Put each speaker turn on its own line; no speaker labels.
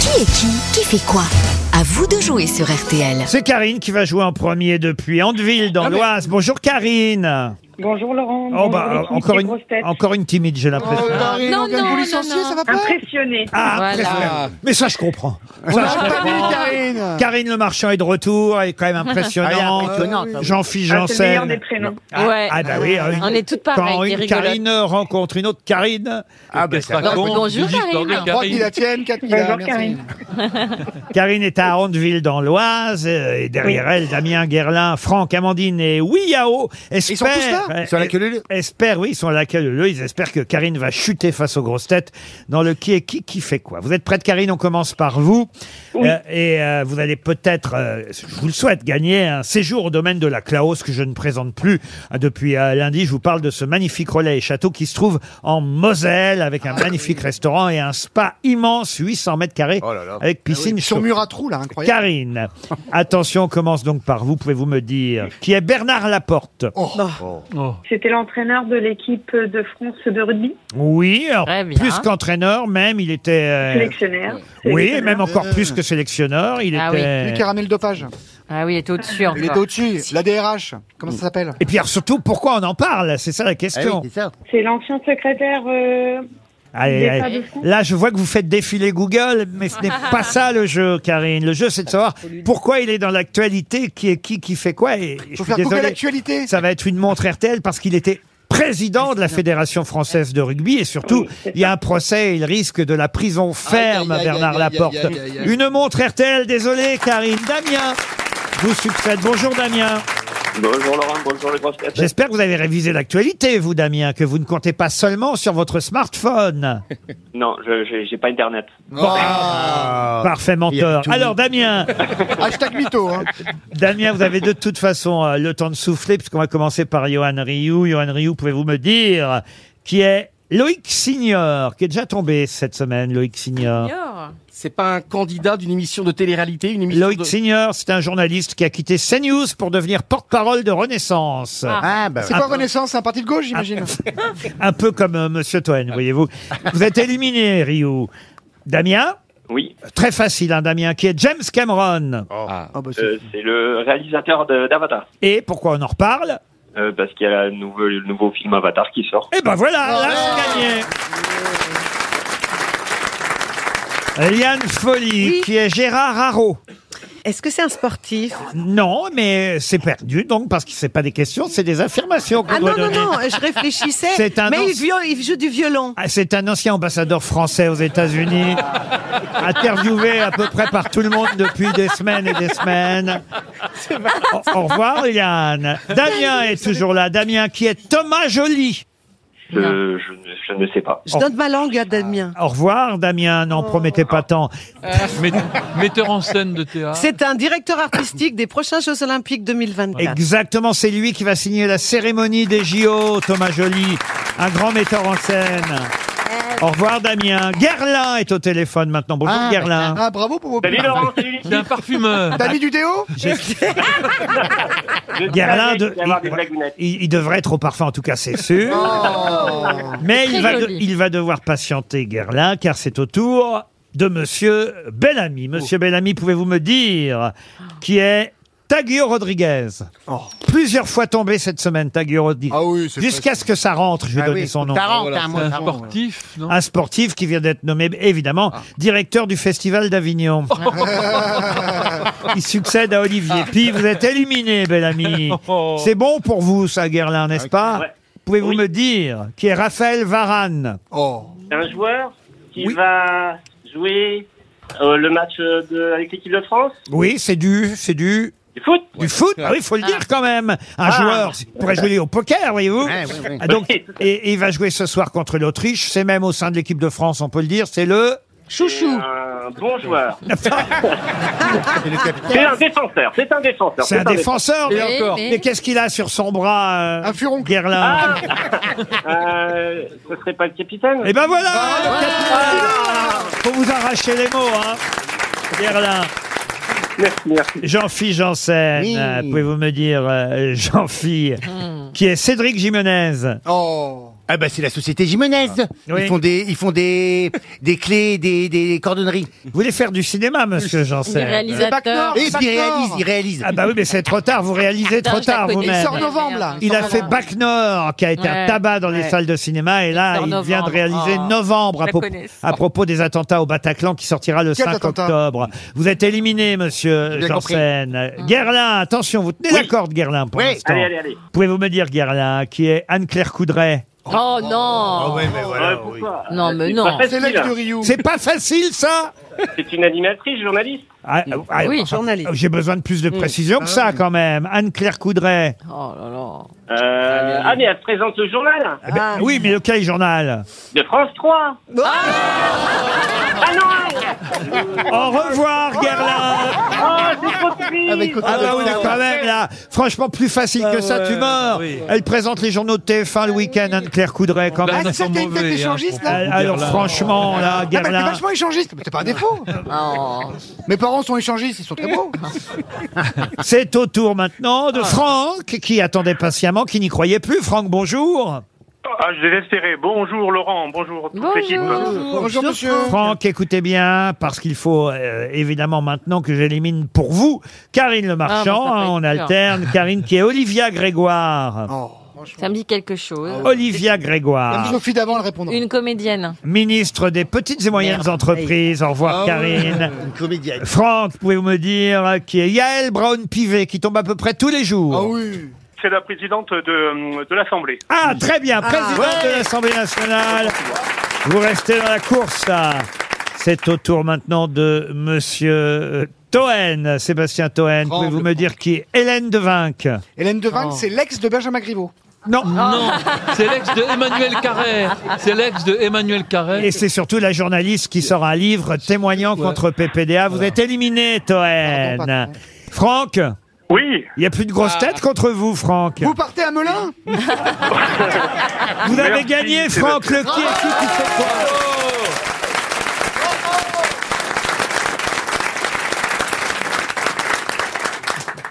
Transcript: Qui est qui Qui fait quoi À vous de jouer sur RTL.
C'est Karine qui va jouer en premier depuis Andeville dans l'Oise. Bonjour Karine.
Bonjour Laurent.
Oh
Bonjour
bah
l'équipe
encore
des
une
grosses têtes.
encore une timide, j'ai
Euh, Ah,
l'impression.
non, non, non, non.
ça va pas
Impressionné.
Ah,
Voilà.
préfère. Mais ça je comprends.
On l'a
Ah,
pas vu, Ah, Karine
Karine Le Marchand est de retour, elle est quand même impressionnante. Jean-Philippe
Ah, c'est le meilleur
Janssen.
des prénoms.
Ah,
Ouais.
ah bah oui, euh,
On est toutes pareilles,
Quand
des
une
rigolotes.
Karine rencontre une autre Karine,
Ah, ben ça
Non, mais bonjour, Karine.
Trois qui la tiennent, quatre qui la
Bonjour
merci.
Karine.
Karine est à Andeville dans l'Oise euh, et derrière elle Damien Guerlin, Franck Amandine et Wiyao espèrent
sont tous là
euh,
Ils sont à la queue leu leu.
espèrent, oui, ils sont à la queue leu leu, ils espèrent que Karine va chuter face aux grosses têtes dans le qui est qui qui fait quoi. Vous êtes prête Karine, on commence par vous Euh, et euh, vous allez peut-être euh, je vous le souhaite gagner un séjour au domaine de la Claus que je ne présente plus Ah, depuis euh, lundi, je vous parle de ce magnifique relais et château qui se trouve en Moselle avec
Ah,
un magnifique restaurant et un spa immense 800 mètres carrés
Oh là là.
avec piscine
Sur
chauffée.
mur à trous, là, incroyable.
Karine, attention, on commence donc par vous. Pouvez-vous me dire qui est Bernard Laporte
C'était l'entraîneur de l'équipe de France de rugby,
Oui, alors,
Très bien.
plus qu'entraîneur même, il était. euh,
sélectionnaire.
oui, et
Sélectionneur.
même encore plus que sélectionneur. Il
Ah oui.
était.
Lui qui a ramené le dopage.
Ah oui, il est au-dessus
Il était
encore.
au-dessus. La DRH. Comment ça s'appelle
Et puis alors, surtout, pourquoi on en parle C'est ça la question.
C'est l'ancien secrétaire. euh,
Allez,
Des
allez.
pas de fou.
Là, je vois que vous faites défiler Google, mais ce n'est pas ça le jeu, Karine. Le jeu, c'est de savoir pourquoi il est dans l'actualité, qui est qui, qui fait quoi. Et, je suis
Faut faire couper
désolé,
l'actualité.
ça va être une montre RTL parce qu'il était président de la Fédération française de rugby et surtout,
Oui, c'est
il y a un procès, il risque de la prison ferme,
Aïe, aïe, aïe,
Bernard
aïe, aïe,
Laporte.
aïe, aïe, aïe.
Une montre RTL, désolé, Karine. Damien vous succède. Bonjour, Damien.
Bonjour Laurent, bonjour les grosses têtes.
J'espère que vous avez révisé l'actualité, vous, Damien, que vous ne comptez pas seulement sur votre smartphone.
Non, je- je- j'ai pas internet.
Ah.
Parfait menteur. Alors, Damien,
Hashtag mytho. Hein.
Damien, vous avez de toute façon euh, le temps de souffler, puisqu'on va commencer par Johan Rioux. Johan Rioux, pouvez-vous me dire qui est Loïc Signor, qui est déjà tombé cette semaine, Loïc Signor.
C'est pas un candidat d'une émission de télé-réalité, une émission
Loïc
de...
Signor, c'est un journaliste qui a quitté CNews pour devenir porte-parole de Renaissance.
Ah.
Ah, bah
C'est quoi Renaissance C'est un parti de gauche, j'imagine
Un peu comme euh, Monsieur Toen, voyez-vous. Vous êtes éliminé, Rioux. Damien,
Oui,
très facile, hein, Damien, qui est James Cameron.
Oh.
Ah, bah, c'est-
euh, c'est le réalisateur de- d'Avatar.
Et pourquoi on en reparle
Euh, parce qu'il y a le nouveau, le nouveau film Avatar qui sort.
Et ben voilà, là c'est gagné. Liane Folly,
Oui.
qui est Gérard Haro.
Est-ce que c'est un sportif
Non, mais c'est perdu, donc, parce que c'est pas des questions, c'est des affirmations qu'on
Ah
doit
non, non,
donner.
non, je réfléchissais.
C'est un
mais il,
ancien-
vio- il joue du violon.
Ah, C'est un ancien ambassadeur français aux États-Unis, interviewé à peu près par tout le monde depuis des semaines et des semaines. Au, au revoir, Liane. Damien est toujours là. Damien, qui est Thomas Joly.
Euh, je, ne- je ne sais pas.
Oh.
Je donne ma langue à Damien.
Au revoir, Damien. N'en promettez pas tant.
Ah. Metteur en scène de
Ah.
théâtre.
C'est un directeur artistique des prochains Jeux Olympiques 2024.
Exactement, c'est lui qui va signer la cérémonie des JO, Thomas Joly, un grand metteur en scène. Au revoir Damien. Guerlain est au téléphone maintenant. Bonjour Guerlain.
Ah, bravo pour vos
Salut Laurent, salut
C'est un
l'équipe.
parfumeur.
T'as mis du déo
Je suis
Guerlain
avec,
de-
je vais avoir des
il-
blagounettes.
Il, il devrait être au parfum en tout cas, c'est sûr.
Oh,
Mais
Très
il va, de-
joli.
il va devoir patienter Guerlain car c'est au tour de monsieur Bellamy. Monsieur Bellamy, pouvez-vous me dire qui est Taguio Rodriguez Plusieurs fois tombé cette semaine, Taguio Rodriguez.
Oh. Ah oui, c'est Ah hein,
Jusqu'à ce que ça rentre, je vais donner son nom.
C'est un sportif, non Ah.
Un sportif qui vient d'être nommé, évidemment, directeur du Festival d'Avignon. Il succède à Olivier Pi. Vous êtes éliminé, bel ami.
Ah. Oh.
C'est bon pour vous, ça, Guerlain, n'est-ce pas
Ouais.
Pouvez-vous
Oui.
me dire qui est Raphaël Varane
Oh.
C'est un joueur qui
Oui.
va jouer euh, le match euh, de, avec l'équipe de France
Oui, c'est du, c'est du,
du foot. Ah.
du foot. Ah oui, il faut le dire quand même. Un joueur il pourrait jouer au poker, voyez-vous. Ah, Donc, et, et il va jouer ce soir contre l'Autriche. C'est même au sein de l'équipe de France, on peut le dire. C'est le.
C'est un bon joueur. c'est un défenseur. C'est un défenseur.
C'est un défenseur. Mais,
Mais- mais-
Oh, mais qu'est-ce qu'il a sur son bras euh,
Un furon.
Guerlain
Ah euh, ce serait pas le capitaine
Et ben voilà le capitaine. Faut vous arracher les mots, hein Berlin.
Merci, merci.
Jean-Phi Janssen, euh, pouvez-vous me dire, euh, Jean-Phi, qui est Cédric Jimenez
Oh.
Ah bah c'est la société Jimenez.
Ah. Oui.
Ils font des, ils font des, des clés, des, des cordonneries.
Vous voulez faire du cinéma, monsieur Janssen
Des réalisateurs. C'est Bac Nord,
Et
c'est
puis il
Bac Nord.
réalise, il réalise. Ah bah oui, mais c'est trop tard, vous réalisez
Non,
trop
je la
tard
connais.
vous-même.
Il sort novembre, là. Il
Il a
sort
fait
novembre.
Bac Nord, qui a été
Ouais.
un tabac dans les
Ouais.
salles de cinéma, et là,
sort
il vient de
novembre.
réaliser
Ah.
novembre à,
Je la
pro-
connais.
à propos des attentats au Bataclan qui sortira le
Quel
5
attentat
octobre. Vous êtes éliminé, monsieur
bien
Janssen. Guerlain, attention, vous tenez la corde, Guerlain, pour
Ah. Oui.
l'instant.
Allez, allez, allez.
Pouvez-vous me dire, Guerlain, qui est Anne-Claire Coudray
Oh non Non, mais non.
bah, C'est pas facile, ça
C'est une animatrice, journaliste.
Ah, ah,
Oui,
ah,
journaliste.
J'ai besoin de plus de
Mm.
précision que
Ah
ça,
oui.
quand même. Anne-Claire Coudray.
Oh là là.
Euh, ah, mais elle présente le journal
Eh ben, Oui, mais lequel journal
De France 3 Ah non
Au revoir, Guerlain
Ah, c'est trop triste
Ah bah
euh,
oui, Ah mais quand même, là, franchement, plus facile que ça, tu meurs. Elle présente les journaux de TF1 le week-end, Anne-Claire Coudray, quand
Ah,
même.
c'est une
hein,
tête échangiste, là
Ah, Alors, franchement, là,
Ah, mais t'es
Guerlain...
vachement échangiste, mais t'es pas un défaut.
Ah.
Mes parents sont échangistes, ils sont très beaux.
C'est au tour maintenant
Ah.
de Franck, qui attendait patiemment, qui n'y croyait plus. Franck, bonjour.
Ah, je désespéré. Bonjour Laurent, bonjour toute l'équipe.
Franck, écoutez bien, parce qu'il faut euh, évidemment maintenant que j'élimine pour vous Karine Le Marchand.
Ah, bah, ça
hein,
fait
on
dur.
alterne Karine qui est Olivia Grégoire.
Ça me dit quelque chose.
Ah Olivia Grégoire.
Sophie d'avant, elle répondra.
Une comédienne.
Ministre des petites et moyennes
Merde.
entreprises. Au revoir,
Ah
Karine.
ouais, une comédienne.
Franck, pouvez-vous me dire euh, qui est Yael Brown-Pivet, qui tombe à peu près tous les jours
Ah
Ah
C'est la présidente de, de l'Assemblée.
Ah, très bien, président de l'Assemblée nationale. Vous restez dans la course, là. C'est au tour maintenant de monsieur euh, Toen, Sébastien Toen.
Franck,
Pouvez-vous
le
me dire qui est Hélène Devinck
Hélène Devinck,
Oh.
c'est l'ex de Benjamin Griveaux.
Non,
Non, c'est l'ex de Emmanuel Carrère. C'est l'ex de Emmanuel Carrère.
Et c'est surtout la journaliste qui sort un livre témoignant contre PPDA. Vous êtes éliminé, Toen. Franck
Oui
Il n'y a plus de grosses têtes contre vous, Franck.
Vous partez à Melun
Vous avez gagné, Franck Lequier.